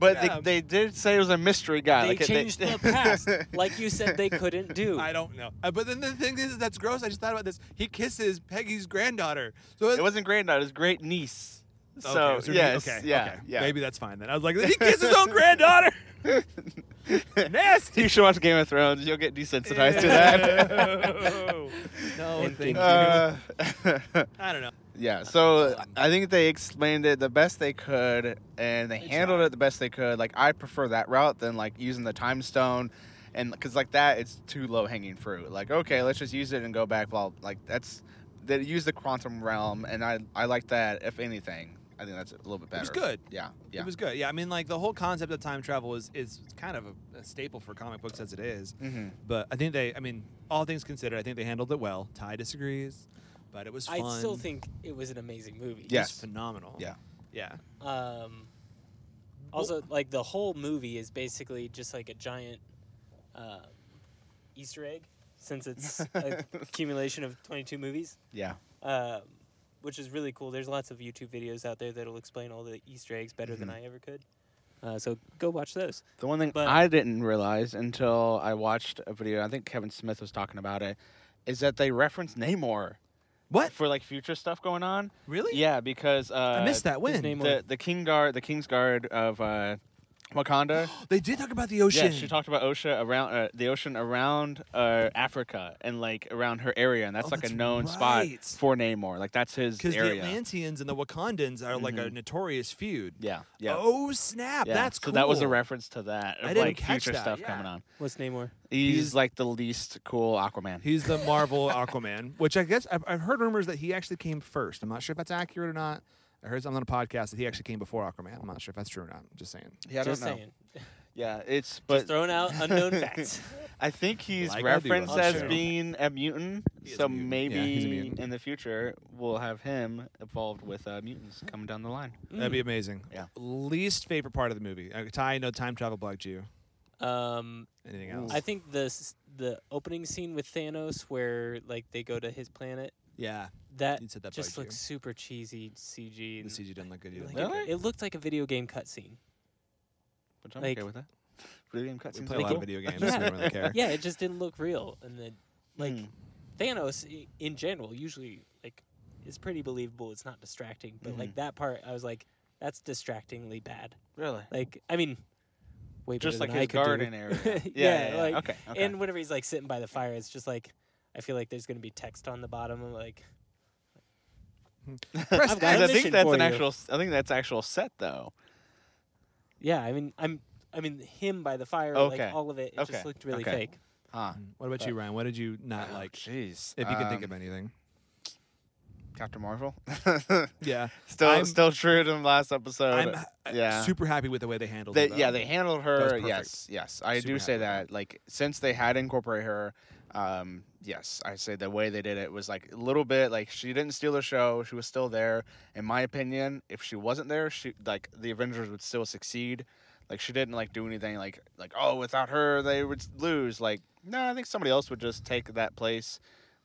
Speaker 3: But
Speaker 2: Yeah.
Speaker 3: they, they did say it was a mystery guy.
Speaker 4: They
Speaker 3: like, it-
Speaker 4: changed the past, like you said they couldn't do.
Speaker 2: I don't know. Uh, but then the thing is, that's gross. I just thought about this. He kisses Peggy's granddaughter. So
Speaker 3: It wasn't granddaughter. It was great niece.
Speaker 2: Okay,
Speaker 3: so
Speaker 2: it was her-
Speaker 3: yes,
Speaker 2: okay,
Speaker 3: yeah,
Speaker 2: okay.
Speaker 3: yeah.
Speaker 2: Maybe that's fine then. I was like, he kissed his own granddaughter. Nasty.
Speaker 3: you should watch Game of Thrones. You'll get desensitized to that.
Speaker 2: Ew. no,
Speaker 4: And
Speaker 2: thank you.
Speaker 3: Uh,
Speaker 2: I don't know.
Speaker 3: yeah. So I think they explained it the best they could, and they
Speaker 2: They
Speaker 3: handled
Speaker 2: tried.
Speaker 3: it the best they could. Like I prefer that route than like using the time stone, and because like that, it's too low hanging fruit. Like okay, let's just use it and go back. Well, like that's they use the quantum realm, and I I like that. If anything, I think that's a little bit better.
Speaker 2: was good.
Speaker 3: Yeah. Yeah.
Speaker 2: It was good. Yeah, I mean, like the whole concept of time travel is is kind of a, a staple for comic books as it is.
Speaker 3: Mhm.
Speaker 2: But I think they, I mean, all things considered, I think they handled it well. Ty disagrees, but it was fun.
Speaker 4: I still think it was an amazing movie.
Speaker 2: it
Speaker 3: Yeah.
Speaker 2: was
Speaker 3: Yes.
Speaker 2: phenomenal.
Speaker 3: Yeah.
Speaker 2: yeah.
Speaker 4: Um, also, like the whole movie is basically just like a giant um Easter egg, since it's an accumulation of 22 movies,
Speaker 3: Yeah.
Speaker 4: um, which is really cool. There's lots of YouTube videos out there that'll explain all the Easter eggs better than
Speaker 3: Mm-hmm.
Speaker 4: I ever could. Uh, so go watch those.
Speaker 3: The one thing
Speaker 4: But-
Speaker 3: I didn't realize until I watched a video, I think Kevin Smith was talking about it, is that they reference Namor
Speaker 2: What?
Speaker 3: for like future stuff going on.
Speaker 2: Really?
Speaker 3: Yeah, because uh,
Speaker 2: I missed that. When
Speaker 4: name
Speaker 3: The the King Guard, the King's Guard of uh, Wakanda.
Speaker 2: they did talk about the ocean.
Speaker 3: yeah, she talked about OSHA around uh, the ocean around uh, Africa and like around her area, and that's
Speaker 2: Oh,
Speaker 3: like
Speaker 2: that's
Speaker 3: a known
Speaker 2: right.
Speaker 3: spot for Namor. Like that's his
Speaker 2: because the
Speaker 3: area. Mm-hmm.
Speaker 2: Atlanteans and the Wakandans are like a notorious feud.
Speaker 3: yeah, yeah.
Speaker 2: Oh snap!
Speaker 3: yeah.
Speaker 2: That's cool.
Speaker 3: so. That was a reference to that. Of,
Speaker 2: I didn't
Speaker 3: like,
Speaker 2: catch
Speaker 3: future
Speaker 2: that,
Speaker 3: stuff
Speaker 2: yeah.
Speaker 3: coming on.
Speaker 4: What's Namor?
Speaker 3: He's,
Speaker 2: He's-
Speaker 3: like the least cool Aquaman.
Speaker 2: He's the Marvel Aquaman, which I guess I've, I've heard rumors that he actually came first. I'm not sure if that's accurate or not. I heard something on a podcast that he actually came before Aquaman. I'm not sure if that's true or not. I'm just saying.
Speaker 3: yeah, I
Speaker 4: just
Speaker 3: don't know.
Speaker 4: saying.
Speaker 3: Yeah, it's but
Speaker 4: just throwing out unknown facts.
Speaker 3: I think he's
Speaker 2: Like I do,
Speaker 3: referenced
Speaker 2: I'm
Speaker 3: as
Speaker 2: sure.
Speaker 3: being a mutant.
Speaker 2: He is
Speaker 3: so
Speaker 2: a mutant.
Speaker 3: maybe
Speaker 2: Yeah, he's a mutant.
Speaker 3: in the future we'll have him involved with uh, mutants coming down the line.
Speaker 2: That'd be amazing.
Speaker 3: Mm. Yeah.
Speaker 2: Least favorite part of the movie. Uh, Ty, no time travel bugged you.
Speaker 4: Um,
Speaker 2: Anything else?
Speaker 4: I think the s- the opening scene with Thanos, where like they go to his planet,
Speaker 2: yeah.
Speaker 4: that
Speaker 2: You said that bugged
Speaker 4: just
Speaker 2: you.
Speaker 4: looks super cheesy CG.
Speaker 2: The
Speaker 4: and-
Speaker 2: CG didn't look good either.
Speaker 4: like,
Speaker 3: Really?
Speaker 4: it, it looked like a video game cutscene.
Speaker 3: Which I'm
Speaker 4: Like-
Speaker 3: okay with that. Video game
Speaker 2: We
Speaker 3: cutscenes.
Speaker 2: play
Speaker 3: are
Speaker 2: a lot of
Speaker 3: cool.
Speaker 2: video games. so we don't really care.
Speaker 4: Yeah, it just didn't look real. And then, like
Speaker 3: Hmm.
Speaker 4: Thanos i- in general, usually like is pretty believable. It's not distracting, but
Speaker 3: Mm-hmm.
Speaker 4: like that part, I was like, that's distractingly bad.
Speaker 3: Really.
Speaker 4: Like, I mean, way better
Speaker 3: Just like
Speaker 4: than I
Speaker 3: his
Speaker 4: could do.
Speaker 3: garden area. Yeah.
Speaker 4: Yeah, like,
Speaker 3: okay. okay.
Speaker 4: And whenever he's like sitting by the fire, it's just like I feel like there's gonna be text on the bottom. I'm like,
Speaker 2: Press
Speaker 4: I've
Speaker 2: X.
Speaker 4: got
Speaker 3: I
Speaker 4: a
Speaker 3: think
Speaker 4: mission
Speaker 3: that's
Speaker 4: for
Speaker 3: an
Speaker 4: you.
Speaker 3: actual. I think that's actual set though.
Speaker 4: yeah. I mean, I'm. I mean, him by the fire,
Speaker 3: Okay.
Speaker 4: like all of it, it
Speaker 3: Okay.
Speaker 4: just looked really
Speaker 3: Okay.
Speaker 4: fake.
Speaker 3: Huh.
Speaker 2: What about you, Ryan? What did you not
Speaker 3: Oh,
Speaker 2: like?
Speaker 3: jeez.
Speaker 2: If you could think of
Speaker 3: Um,
Speaker 2: anything.
Speaker 3: Captain Marvel.
Speaker 2: Yeah.
Speaker 3: still,
Speaker 2: I'm-
Speaker 3: still true to the last episode.
Speaker 2: I'm
Speaker 4: uh,
Speaker 2: ha-
Speaker 3: yeah.
Speaker 2: super happy with the way they handled
Speaker 3: They,
Speaker 2: it. though.
Speaker 3: yeah, they handled
Speaker 2: was
Speaker 3: her.
Speaker 2: perfect.
Speaker 3: Yes, yes, I
Speaker 2: Super
Speaker 3: do say
Speaker 2: happy with
Speaker 3: that. Like since they had incorporated her, um, yes, I say the way they did it was like a little bit like she didn't steal the show. She was still there. In my opinion, if she wasn't there, she like the Avengers would still succeed. Like she didn't like do anything like like oh without her they would s- lose. Like no, I think somebody else would just take that place,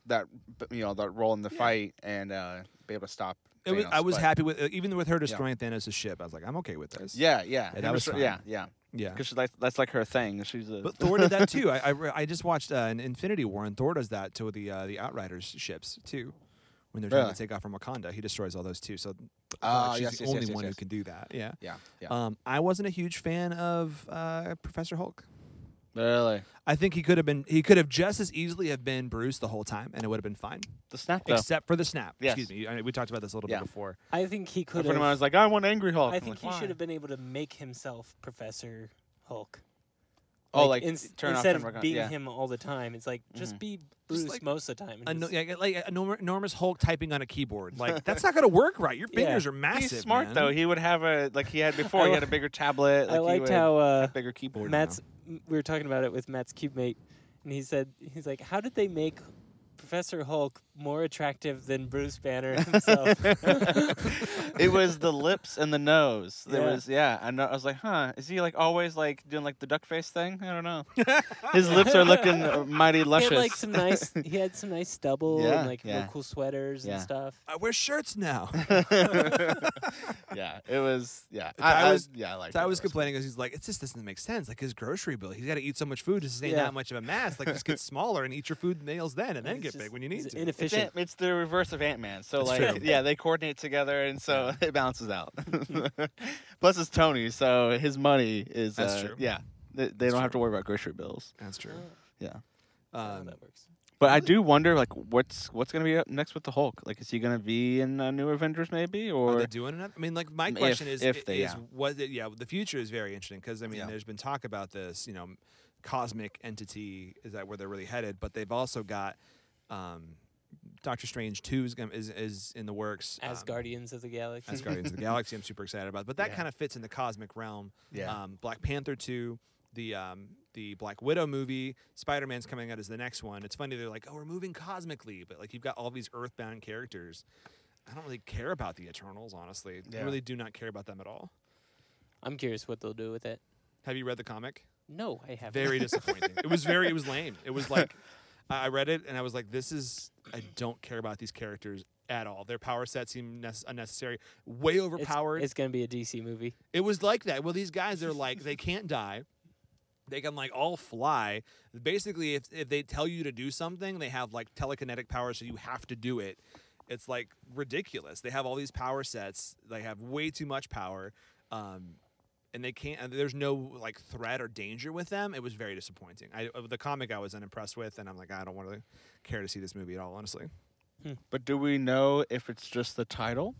Speaker 3: that b- you know that role in the fight and uh, be able to stop.
Speaker 2: It was,
Speaker 3: Thanos,
Speaker 2: I was
Speaker 3: but-
Speaker 2: happy with uh, even with her destroying Thanos' ship. I was like, I'm okay with this.
Speaker 3: Yeah, yeah,
Speaker 2: Yeah, that
Speaker 3: him
Speaker 2: was
Speaker 3: destro-
Speaker 2: fine.
Speaker 3: yeah, yeah.
Speaker 2: yeah.
Speaker 3: Because like, that's like her thing. She's a
Speaker 2: But Thor did that too. I, I, re- I just watched uh, an Infinity War, and Thor does that to the uh, the Outriders ships too, when they're trying
Speaker 3: Really?
Speaker 2: to take off from Wakanda. He destroys all those too. So I feel
Speaker 3: Ah,
Speaker 2: like she's
Speaker 3: yes,
Speaker 2: the
Speaker 3: yes,
Speaker 2: only
Speaker 3: yes, yes,
Speaker 2: one
Speaker 3: yes.
Speaker 2: who can do that. Yeah.
Speaker 3: Yeah, yeah.
Speaker 2: Um, I wasn't a huge fan of uh, Professor Hulk.
Speaker 3: really?
Speaker 2: I think he could have been he could have just as easily have been Bruce the whole time, and it would have been fine,
Speaker 3: The snap
Speaker 2: except for the snap.
Speaker 3: Yes.
Speaker 2: Excuse me. I mean, we talked about this a little
Speaker 3: Yeah.
Speaker 2: bit before.
Speaker 4: I think he
Speaker 3: I
Speaker 4: could
Speaker 3: put him on, I
Speaker 4: have.
Speaker 3: was like, I want Angry Hulk.
Speaker 4: I
Speaker 3: I'm
Speaker 4: think
Speaker 3: like,
Speaker 4: he should have
Speaker 3: "Why?"
Speaker 4: been able to make himself Professor Hulk.
Speaker 3: Oh, like,
Speaker 4: ins-
Speaker 3: turn off and
Speaker 4: instead of
Speaker 3: work on-
Speaker 4: being
Speaker 3: yeah. Mm-hmm.
Speaker 4: him all the time, it's like just be Bruce
Speaker 2: like,
Speaker 4: most of the time. and
Speaker 2: Ano-
Speaker 4: just-
Speaker 2: yeah, like a norm- enormous Hulk typing on a keyboard. Like that's not gonna work right. Your
Speaker 4: Yeah.
Speaker 2: fingers are massive.
Speaker 3: He's smart
Speaker 2: man.
Speaker 3: though. He would have a like he had before.
Speaker 4: I
Speaker 3: he
Speaker 4: li-
Speaker 3: had a bigger tablet.
Speaker 4: I
Speaker 3: like, he
Speaker 4: liked
Speaker 3: would
Speaker 4: how uh,
Speaker 3: have bigger keyboard. now.
Speaker 4: Matt's. m- We were talking about it with Matt's cube mate, and he said he's like, "How did they make Professor Hulk more attractive than Bruce Banner himself.
Speaker 3: it was the lips and the nose. There
Speaker 4: Yeah.
Speaker 3: was yeah, and I was like, huh, is he like always like doing like the duck face thing? I don't know. His lips are looking mighty
Speaker 4: he
Speaker 3: luscious.
Speaker 4: had like some nice. He had some nice stubble
Speaker 3: Yeah,
Speaker 4: and like real
Speaker 3: yeah.
Speaker 4: cool sweaters
Speaker 3: Yeah.
Speaker 4: and stuff.
Speaker 2: I wear shirts now.
Speaker 3: yeah, it was yeah. I, I
Speaker 2: was-
Speaker 3: was yeah, I like.
Speaker 2: So I was complaining because he's like, it just doesn't make sense. Like his grocery bill, he's got to eat so much food to sustain
Speaker 4: Yeah.
Speaker 2: that much of a mass. Like just get smaller and eat your food meals then, and then
Speaker 4: It's
Speaker 2: get
Speaker 4: just-
Speaker 2: big when you need
Speaker 4: it's
Speaker 2: to.
Speaker 3: It's,
Speaker 4: Inefficient.
Speaker 3: Ant- it's the reverse of Ant Man. So
Speaker 2: That's
Speaker 3: like
Speaker 2: true.
Speaker 3: yeah, they coordinate together, and so it balances out. Plus, it's Tony, so his money is
Speaker 2: That's
Speaker 3: uh,
Speaker 2: true.
Speaker 3: Yeah, they, they don't have to worry about grocery bills.
Speaker 2: That's true.
Speaker 3: Yeah.
Speaker 4: Oh,
Speaker 2: Um,
Speaker 4: that works.
Speaker 3: But I do wonder, like, what's what's gonna be up next with the Hulk? Like, is he gonna be in uh, New Avengers maybe,
Speaker 2: are
Speaker 3: or
Speaker 2: they doing another? I mean, like my
Speaker 3: If-
Speaker 2: question is,
Speaker 3: if they-
Speaker 2: is
Speaker 3: yeah.
Speaker 2: was it? Yeah, the future is very interesting because I mean,
Speaker 3: Yeah.
Speaker 2: there's been talk about this. You know, cosmic entity is that where they're really headed, but they've also got. Um, Doctor Strange Two is, gonna- is is in the works.
Speaker 4: As
Speaker 2: um,
Speaker 4: Guardians of the Galaxy.
Speaker 2: as Guardians of the Galaxy. I'm super excited about, but that kind of fits in the cosmic realm.
Speaker 3: Yeah.
Speaker 2: Um, Black Panther two, the um, the Black Widow movie, Spider Man's coming out as the next one. It's funny they're like, oh, we're moving cosmically, but like you've got all these Earthbound characters. I don't really care about the Eternals, honestly. I
Speaker 3: Yeah.
Speaker 2: really do not care about them at all.
Speaker 4: I'm curious what they'll do with it.
Speaker 2: Have you read the comic?
Speaker 4: No, I haven't.
Speaker 2: Very disappointing. it was very, it was lame. It was like, I I read it and I was like, this is, I don't care about these characters at all. Their power sets seem nes- unnecessary, way
Speaker 4: It's-
Speaker 2: overpowered.
Speaker 4: It's, gonna be a DC movie.
Speaker 2: It was like that. Well, these guys are like they can't die. They can like all fly. Basically, if if they tell you to do something, they have like telekinetic powers, so you have to do it. It's like ridiculous. They have all these power sets. They have way too much power, um, and they can't. and There's no like threat or danger with them. It was very disappointing. I uh, the comic I was unimpressed with, and I'm like, I don't want to care to see this movie at all. Honestly,
Speaker 3: but do we know if it's just the title,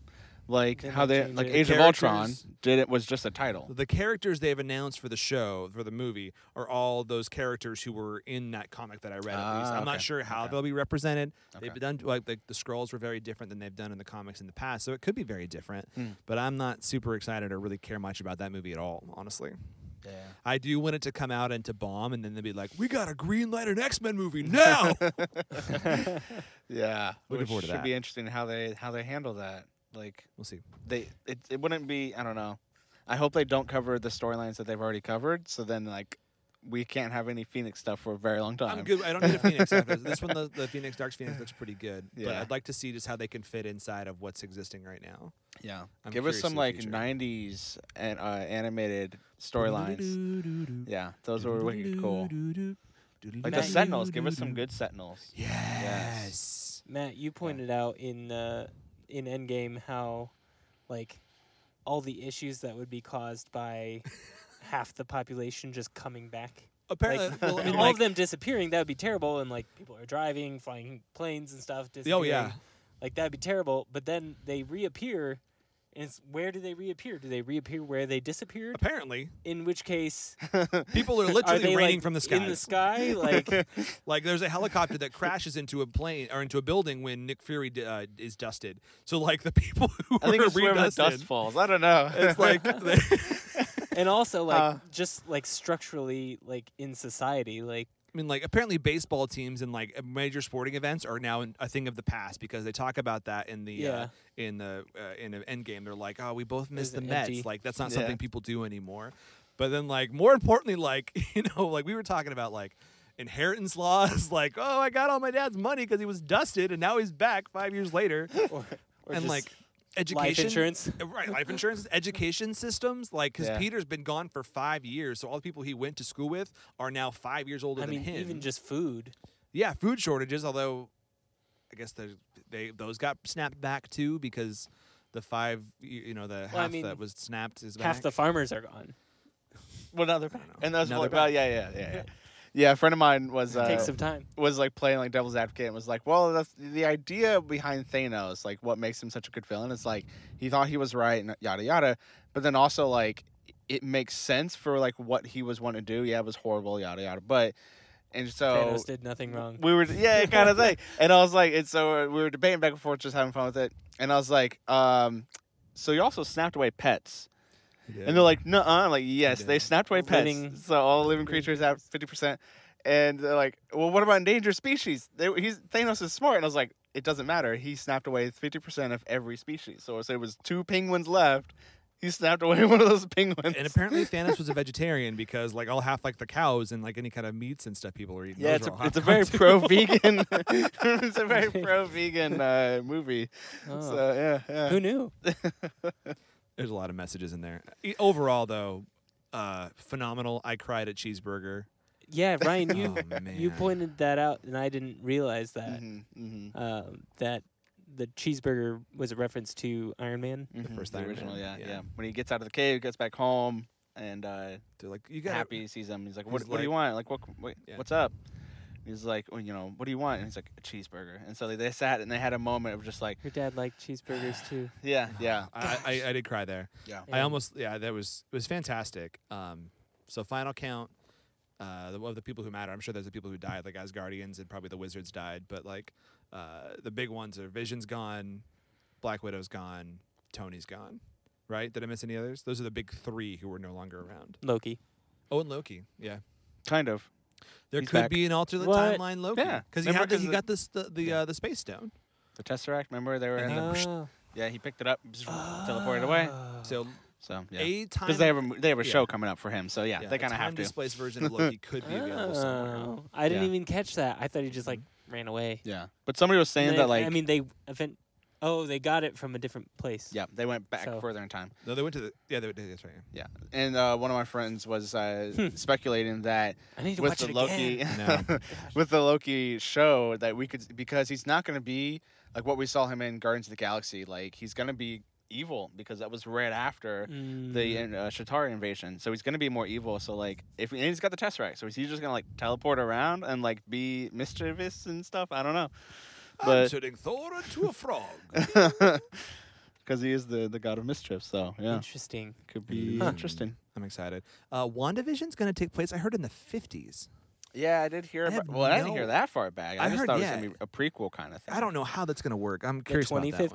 Speaker 3: like
Speaker 4: Then
Speaker 3: how
Speaker 4: they
Speaker 3: they
Speaker 4: change
Speaker 3: like
Speaker 4: it.
Speaker 3: Age of
Speaker 2: Characters-
Speaker 3: Ultron did it was just a title?
Speaker 2: the characters they've announced for the show for the movie are all those characters who were in that comic that I read. at least
Speaker 3: Ah,
Speaker 2: I'm
Speaker 3: okay.
Speaker 2: not sure how
Speaker 3: Okay.
Speaker 2: they'll be represented. They've
Speaker 3: Okay.
Speaker 2: done like the, the scrolls were very different than they've done in the comics in the past, so it could be very different.
Speaker 3: Hmm.
Speaker 2: But I'm not super excited or really care much about that movie at all, honestly.
Speaker 3: Yeah.
Speaker 2: I do want it to come out and to bomb, and then they'll be like, "We got a green light an X Men movie now."
Speaker 3: Yeah.
Speaker 2: Looking
Speaker 3: which
Speaker 2: forward to
Speaker 3: should
Speaker 2: that.
Speaker 3: be interesting how they how they handle that. Like
Speaker 2: we'll see.
Speaker 3: they it, it wouldn't be I don't know. I hope they don't cover the storylines that they've already covered. So then like we can't have any Phoenix stuff for a very long time.
Speaker 2: I'm good. I don't need a Phoenix. after this. this one, the, the Phoenix Dark Phoenix looks pretty good, but
Speaker 3: Yeah.
Speaker 2: I'd like to see just how they can fit inside of what's existing right now.
Speaker 3: Yeah.
Speaker 2: I'm
Speaker 3: Give
Speaker 2: curious
Speaker 3: us some
Speaker 2: to the
Speaker 3: like
Speaker 2: future.
Speaker 3: '90s and uh, animated storylines. Yeah, those were wicked cool. Like the
Speaker 4: Matt,
Speaker 3: Sentinels, give us some good Sentinels.
Speaker 2: Yes.
Speaker 4: Matt, you pointed out in uh, in Endgame how like all the issues that would be caused by half the population just coming back.
Speaker 2: Apparently,
Speaker 4: like,
Speaker 2: uh, well, I mean,
Speaker 4: all
Speaker 2: like,
Speaker 4: of them disappearing, that would be terrible. And like people are driving, flying planes and stuff. Disappearing.
Speaker 2: Oh yeah.
Speaker 4: like that'd be terrible. But then they reappear, and it's where do they reappear? Do they reappear where they disappeared?
Speaker 2: Apparently,
Speaker 4: In which case,
Speaker 2: people are
Speaker 4: are
Speaker 2: literally
Speaker 4: they
Speaker 2: raining
Speaker 4: like,
Speaker 2: from the
Speaker 4: in the
Speaker 2: skies.
Speaker 4: sky? Like
Speaker 2: like there's a helicopter that crashes into a plane or into a building when Nick Fury d- uh, is dusted. So like the people who
Speaker 3: I think
Speaker 2: are
Speaker 3: it's wherever the
Speaker 2: redusted,
Speaker 3: dust falls. I don't know.
Speaker 2: it's like they-
Speaker 4: and also like
Speaker 3: Uh.
Speaker 4: just like structurally like in society like
Speaker 2: I mean, like apparently baseball teams and like uh, major sporting events are now in- a thing of the past because they talk about that in the uh,
Speaker 4: Yeah.
Speaker 2: in the uh, in the end game. They're like, oh, we both missed the
Speaker 4: There's an
Speaker 2: Mets.
Speaker 4: empty-
Speaker 2: Like that's not
Speaker 3: Yeah.
Speaker 2: something people do anymore. But then, like more importantly, like you know, like we were talking about like inheritance laws. Like, oh, I got all my dad's money because he was dusted, and now he's back five years later.
Speaker 4: or, or
Speaker 2: and
Speaker 4: just
Speaker 2: like education,
Speaker 4: life insurance
Speaker 2: Uh, right life insurance education systems like because
Speaker 3: Yeah.
Speaker 2: peter's been gone for five years so all the people he went to school with are now five years older
Speaker 4: i
Speaker 2: than
Speaker 4: mean
Speaker 2: him
Speaker 4: even just food
Speaker 2: yeah, food shortages. Although, I guess they, they those got snapped back too because the five, y- you know, the half
Speaker 4: Well, I mean,
Speaker 2: that was snapped is
Speaker 4: half
Speaker 2: back.
Speaker 4: the farmers are gone
Speaker 3: well, now they're back.
Speaker 2: know.
Speaker 3: And those
Speaker 2: Now
Speaker 3: were-
Speaker 2: they're
Speaker 3: well,
Speaker 2: back.
Speaker 3: yeah, yeah, yeah, yeah. Yeah, a friend of mine was uh,
Speaker 4: take some time
Speaker 3: was like playing like devil's advocate and was like, well, that's the idea behind Thanos, like what makes him such a good villain. It's like he thought he was right and yada yada, but then also like it makes sense for like what he was wanting to do. Yeah, it was horrible, yada yada, but and so
Speaker 4: Thanos did nothing wrong
Speaker 3: we were yeah, kind of thing. And I was like, and so uh, we were debating back and forth, just having fun with it. And I was like, um, so you also snapped away pets.
Speaker 2: Yeah.
Speaker 3: And they're like, no, I'm like, yes,
Speaker 2: Yeah.
Speaker 3: they snapped away
Speaker 4: Living-
Speaker 3: pets. So all living
Speaker 4: living
Speaker 3: creatures have 50%. And they're like, well, what about endangered species? They, he's, Thanos is smart. And I was like, it doesn't matter. He snapped away 50% of every species. So if there was two penguins left, he snapped away one of those penguins.
Speaker 2: And apparently Thanos was a vegetarian because like all half like the cows and like any kind of meats and stuff people were eating.
Speaker 3: yeah,
Speaker 2: those
Speaker 3: it's
Speaker 2: were all
Speaker 3: a,
Speaker 2: half
Speaker 3: it's a very
Speaker 2: gone, too.
Speaker 3: pro-vegan. it's a very pro-vegan uh, movie.
Speaker 4: Oh.
Speaker 3: So yeah, yeah.
Speaker 4: Who knew?
Speaker 2: There's a lot of messages in there. E- Overall though, uh, phenomenal. I cried at cheeseburger.
Speaker 4: Yeah, Ryan, you
Speaker 2: oh, man.
Speaker 4: you pointed that out, and I didn't realize that
Speaker 3: Mhm, mhm,
Speaker 4: um, that the cheeseburger was a reference to Iron Man.
Speaker 3: mhm.
Speaker 2: first
Speaker 3: the
Speaker 2: Iron
Speaker 3: original,
Speaker 2: Man,
Speaker 3: yeah,
Speaker 2: yeah.
Speaker 3: yeah, When he gets out of the cave, gets back home, and uh,
Speaker 2: They're like you got
Speaker 3: happy sees him. He's like, "What?
Speaker 2: He's
Speaker 3: what do you
Speaker 2: like-
Speaker 3: want? Like, what? what
Speaker 2: Yeah.
Speaker 3: What's up?" And He's like, well, "You know, what do you want?" And he's like, "A cheeseburger." And so they, they sat and they had a moment of just like,
Speaker 4: Your dad liked cheeseburgers too.
Speaker 3: "Yeah, yeah,
Speaker 2: I, I, I did cry there.
Speaker 3: yeah."
Speaker 2: I
Speaker 4: Yeah.
Speaker 2: almost yeah, that was it was fantastic. Um, so final count uh, the- of the people who matter. I'm sure there's the people who died, like Asgardians and probably the wizards died, but like uh, the big ones are Vision's gone, Black Widow's gone, Tony's gone. Right? Did I miss any others? Those are the big three who were no longer around.
Speaker 4: Loki.
Speaker 2: Oh, and Loki. Yeah,
Speaker 3: Kind of.
Speaker 2: there
Speaker 3: He's
Speaker 2: could
Speaker 3: back.
Speaker 2: be an alternate
Speaker 4: What?
Speaker 2: timeline Loki.
Speaker 3: Yeah.
Speaker 2: because he,
Speaker 3: Remember
Speaker 2: had the-
Speaker 3: 'cause
Speaker 2: he
Speaker 3: the-
Speaker 2: got this the the, uh, the space stone.
Speaker 3: The Tesseract. Remember they were.
Speaker 2: And
Speaker 3: In the,
Speaker 2: then-
Speaker 4: Oh.
Speaker 3: yeah, he picked it up,
Speaker 4: uh,
Speaker 3: teleported away.
Speaker 2: So
Speaker 3: So Oh, yeah.
Speaker 2: a time
Speaker 3: Because they have a, they have a
Speaker 2: yeah.
Speaker 3: show coming up for him, so yeah,
Speaker 2: yeah,
Speaker 3: they
Speaker 2: a
Speaker 3: kind of
Speaker 2: time
Speaker 3: have to.
Speaker 2: displaced version of Loki could be available somewhere. Mm-hmm.
Speaker 4: Oh. I didn't
Speaker 3: Yeah.
Speaker 4: even catch that. I thought he just like ran away.
Speaker 3: Yeah, but somebody was saying
Speaker 4: And
Speaker 3: that
Speaker 4: they-
Speaker 3: like,
Speaker 4: I mean, they event. Oh, they got it from a different place.
Speaker 3: yeah, they went back
Speaker 4: So-
Speaker 3: further in time.
Speaker 2: No, they went to the yeah. They, that's right.
Speaker 3: Yeah, and uh, one of my friends was uh,
Speaker 4: Hmm.
Speaker 3: speculating that
Speaker 4: I need to
Speaker 3: with
Speaker 4: watch
Speaker 3: the
Speaker 4: it
Speaker 3: Loki,
Speaker 4: again.
Speaker 2: No.
Speaker 3: with the Loki show that we could because he's not going to be like what we saw him in Guardians of the Galaxy. Like he's going to be evil because that was right after the
Speaker 4: Mm.
Speaker 3: uh, Shatara invasion. So he's going to be more evil. So like if and he's got the Tesseract, so is he just going to like teleport around and like be mischievous and stuff? I don't know,
Speaker 2: I'm
Speaker 3: but
Speaker 2: turning Thor into a frog.
Speaker 3: because he is the the god of mischief, so yeah,
Speaker 4: Interesting.
Speaker 3: could be
Speaker 2: Huh.
Speaker 3: interesting.
Speaker 2: I'm excited. Uh, WandaVision's going to take place, I heard, in the 50s.
Speaker 3: Yeah, I did hear.
Speaker 2: I have
Speaker 3: about, well, I didn't
Speaker 2: no-
Speaker 3: hear that far back. I,
Speaker 2: I
Speaker 3: just
Speaker 2: heard-
Speaker 3: thought it
Speaker 2: yeah.
Speaker 3: was going to be a prequel kind of thing.
Speaker 2: I don't know how that's going to work. I'm
Speaker 4: The
Speaker 2: curious about that one.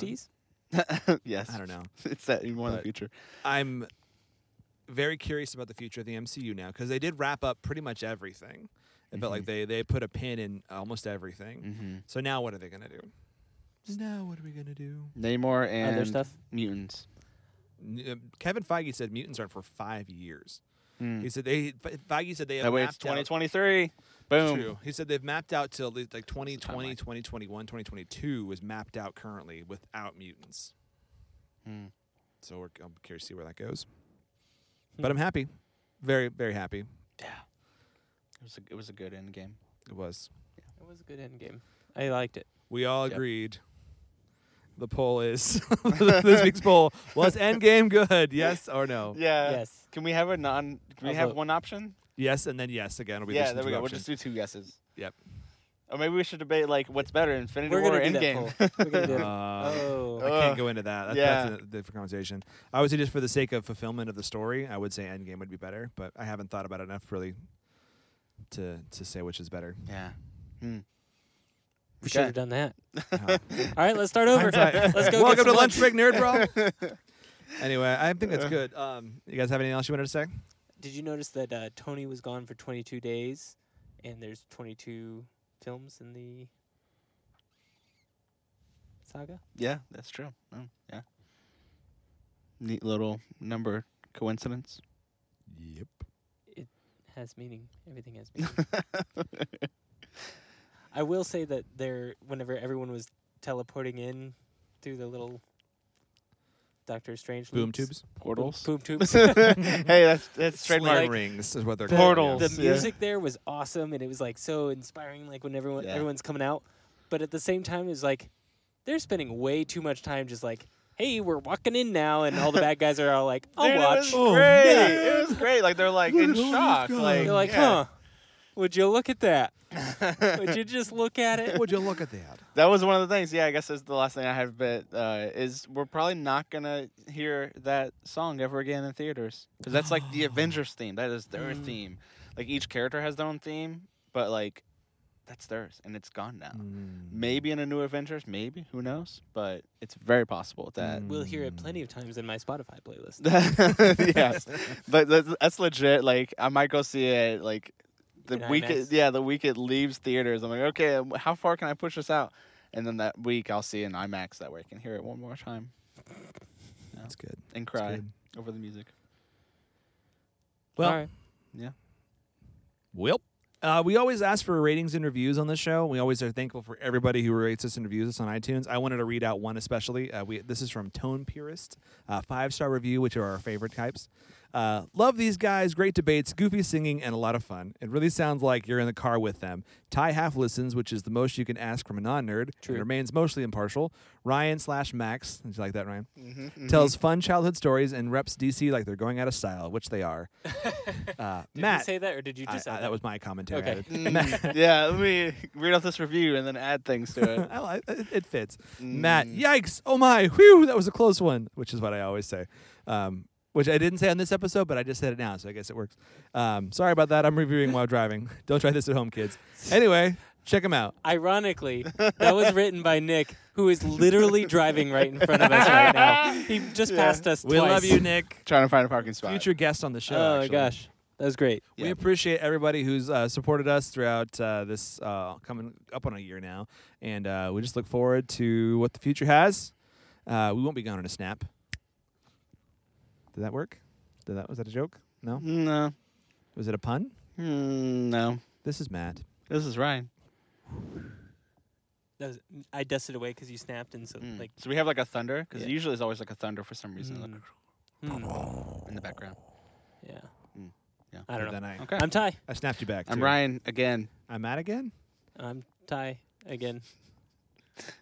Speaker 4: 2050s.
Speaker 3: yes,
Speaker 2: I don't know.
Speaker 3: It's that you want the
Speaker 2: But-
Speaker 3: future.
Speaker 2: I'm very curious about the future of the MCU now because they did wrap up pretty much everything. But like they, they put a pin in almost everything.
Speaker 3: Mm-hmm.
Speaker 2: So now what are they going to do? Now what are we going to do?
Speaker 3: Namor and
Speaker 4: Other stuff.
Speaker 3: mutants.
Speaker 2: N- uh, Kevin Feige said mutants aren't for five years.
Speaker 3: Hmm.
Speaker 2: He said they Fe- Feige said they have
Speaker 3: That way it's
Speaker 2: mapped out-
Speaker 3: 2023. Boom.
Speaker 2: True. He said they've mapped out till at least like
Speaker 3: the
Speaker 2: 2020,
Speaker 3: timeline.
Speaker 2: 2021, 2022 is mapped out currently without mutants.
Speaker 3: Hmm.
Speaker 2: So we're, I'm curious to see where that goes.
Speaker 3: Hmm.
Speaker 2: But I'm happy. Very, very happy.
Speaker 3: It was a, it was a good end game.
Speaker 2: It was.
Speaker 4: It was a good end game. I liked it.
Speaker 2: We all
Speaker 3: Yep.
Speaker 2: agreed. The poll is this week's poll was Endgame good? Yes or no?
Speaker 3: Yeah.
Speaker 4: yes.
Speaker 3: Can we have a non? Can we
Speaker 4: I'll
Speaker 3: have
Speaker 4: vote.
Speaker 3: one option?
Speaker 2: Yes, and then yes again. It'll be
Speaker 3: yeah.
Speaker 2: just
Speaker 3: There we go. We'll
Speaker 2: interruption.
Speaker 3: just do two guesses.
Speaker 2: Yep.
Speaker 3: Or maybe we should debate like what's better, Infinity
Speaker 4: We're
Speaker 3: War or
Speaker 4: gonna do that
Speaker 3: Endgame.
Speaker 4: poll. We're gonna do that.
Speaker 2: Uh,
Speaker 4: Oh.
Speaker 2: I can't
Speaker 3: Ugh.
Speaker 2: go into that. That's,
Speaker 3: Yeah.
Speaker 2: that's a different conversation. I would say just for the sake of fulfillment of the story, I would say Endgame would be better, but I haven't thought about it enough really to to say which is better.
Speaker 3: yeah.
Speaker 4: We should
Speaker 3: Okay.
Speaker 4: have done that.
Speaker 2: Uh,
Speaker 4: All right, let's start over.
Speaker 2: hindsight.
Speaker 4: Let's go. get
Speaker 2: Welcome
Speaker 4: some
Speaker 2: to lunch break, nerd bro. anyway, I think that's good. Um, you guys have anything else you wanted to say?
Speaker 4: Did you notice that uh, Tony was gone for 22 days, and there's 22 films in the saga?
Speaker 3: Yeah. That's true. Oh, yeah. Neat little number coincidence.
Speaker 2: Yep.
Speaker 4: Has meaning. Everything has meaning. I will say that there, whenever everyone was teleporting in through the little Doctor Strange
Speaker 2: Boom
Speaker 4: loops-
Speaker 2: tubes.
Speaker 4: boom,
Speaker 3: Portals.
Speaker 4: boom tubes.
Speaker 3: hey, that's that's
Speaker 2: Sling
Speaker 3: trademark.
Speaker 2: rings is what they're
Speaker 4: The-
Speaker 2: called.
Speaker 3: Portals.
Speaker 4: the
Speaker 2: yes.
Speaker 3: Yeah.
Speaker 4: music there was awesome and it was like so inspiring like when everyone
Speaker 3: Yeah.
Speaker 4: everyone's coming out but at the same time it was like they're spending way too much time just like hey we're walking in now and all the bad guys are all like i'll
Speaker 3: Dude, It
Speaker 4: watch
Speaker 3: was
Speaker 2: Oh,
Speaker 3: great.
Speaker 2: yeah.
Speaker 3: It was great. Like they're like in
Speaker 2: Look at all these
Speaker 3: shock.
Speaker 2: guys.
Speaker 3: Like
Speaker 4: they're like
Speaker 3: yeah.
Speaker 4: huh would you look at that would you just look at it
Speaker 2: Would you look at that?
Speaker 3: That was one of the things. Yeah, I guess that's the last thing I have. But uh, is we're probably not gonna hear that song ever again in theaters because that's like the Avengers theme. That is their
Speaker 4: Mm.
Speaker 3: theme. Like each character has their own theme, but like that's theirs, and it's gone now.
Speaker 2: Mm.
Speaker 3: Maybe in a new Avengers, maybe who knows? But it's very possible that.
Speaker 4: we'll hear it plenty of times in my spotify playlist
Speaker 3: yes, but that's, that's legit. Like I might go see it. Like the
Speaker 4: In
Speaker 3: week,
Speaker 4: IMAX?
Speaker 3: um, it, yeah, the week it leaves theaters. I'm like, okay, how far can I push this out? And then that week I'll see it in IMAX. That way I can hear it one more time
Speaker 2: That's good.
Speaker 3: and
Speaker 2: That's
Speaker 3: cry
Speaker 2: good.
Speaker 3: over the music.
Speaker 2: Well,
Speaker 4: All right.
Speaker 2: Well, uh, we always ask for ratings and reviews on the show. We always are thankful for everybody who rates us and reviews us on iTunes. I wanted to read out one especially. Uh, we this is from Tone Purist, uh, five star review, which are our favorite types. Uh, love these guys, great debates, goofy singing, and a lot of fun. It really sounds like you're in the car with them. Ty half listens, which is the most you can ask from a non nerd.
Speaker 4: True.
Speaker 2: Remains mostly impartial. Ryan slash Max, did you like that, Ryan?
Speaker 4: Mm-hmm,
Speaker 2: Tells fun childhood stories and reps DC like they're going out of style, which they are. Uh,
Speaker 4: Did
Speaker 2: Matt,
Speaker 4: you say that, or did you
Speaker 2: I-
Speaker 4: just?
Speaker 2: I-
Speaker 4: add
Speaker 2: that was my commentary.
Speaker 4: Okay.
Speaker 2: I-
Speaker 3: Mm, yeah, let me read off this review and then add things to it.
Speaker 2: I like- it, it fits. Matt,
Speaker 4: Mm.
Speaker 2: yikes! Oh my, whew! That was a close one, which is what I always say. Um, which I didn't say on this episode, but I just said it now, so I guess it works. Um, sorry about that. I'm reviewing while driving. Don't try this at home, kids. Anyway, check them out.
Speaker 4: Ironically, that was written by Nick, who is literally driving right in front of us right now. He just passed us
Speaker 2: We
Speaker 4: twice.
Speaker 2: love you, Nick.
Speaker 3: Trying to find a parking spot.
Speaker 2: Future guest on the show.
Speaker 4: Oh my
Speaker 2: actually.
Speaker 4: gosh, that was great.
Speaker 2: We
Speaker 3: Yeah.
Speaker 2: appreciate everybody who's uh, supported us throughout uh, this uh, coming up on a year now, and uh, we just look forward to what the future has. Uh, we won't be gone in a snap. Did that work? Did that was that a joke? No.
Speaker 3: No.
Speaker 2: Was it a pun?
Speaker 3: Mm, no.
Speaker 2: This is Matt.
Speaker 3: This is Ryan.
Speaker 4: That was, I dusted away because you snapped, and so
Speaker 3: Mm.
Speaker 4: like
Speaker 3: so we have like a thunder because
Speaker 4: Yeah.
Speaker 3: usually there's always like a thunder for some reason like,
Speaker 4: Mm.
Speaker 2: Mm.
Speaker 4: hmm,
Speaker 3: in the background.
Speaker 4: yeah.
Speaker 3: Mm, yeah.
Speaker 4: I don't know.
Speaker 2: Then I,
Speaker 3: Mm. Okay.
Speaker 4: I'm Ty.
Speaker 2: I snapped you back.
Speaker 3: I'm
Speaker 2: too.
Speaker 3: Ryan again.
Speaker 2: I'm Matt again.
Speaker 4: I'm Ty again.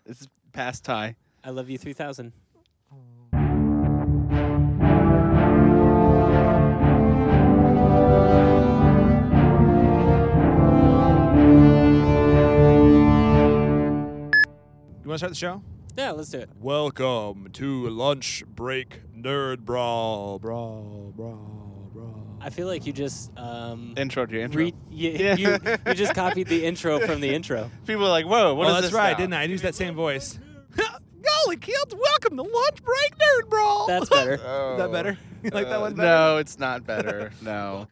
Speaker 3: This is past Ty.
Speaker 4: I love you 3000.
Speaker 2: You want to start the show?
Speaker 4: Yeah, let's do it.
Speaker 2: Welcome to lunch break nerd brawl, brawl, brawl, brawl.
Speaker 4: I feel like you just um
Speaker 3: Intro to your intro.
Speaker 4: read you,
Speaker 3: Yeah.
Speaker 4: you you just copied the intro from the intro.
Speaker 3: People are like, whoa, what
Speaker 2: oh,
Speaker 3: is
Speaker 2: that's
Speaker 3: this
Speaker 2: right,
Speaker 3: now?
Speaker 2: didn't I? I used that same voice. Golly, kids, welcome to Lunch Break Nerd Brawl.
Speaker 4: That's better.
Speaker 2: Oh. Is that better? You like that
Speaker 3: Uh,
Speaker 2: one better?
Speaker 3: No, it's not better. no.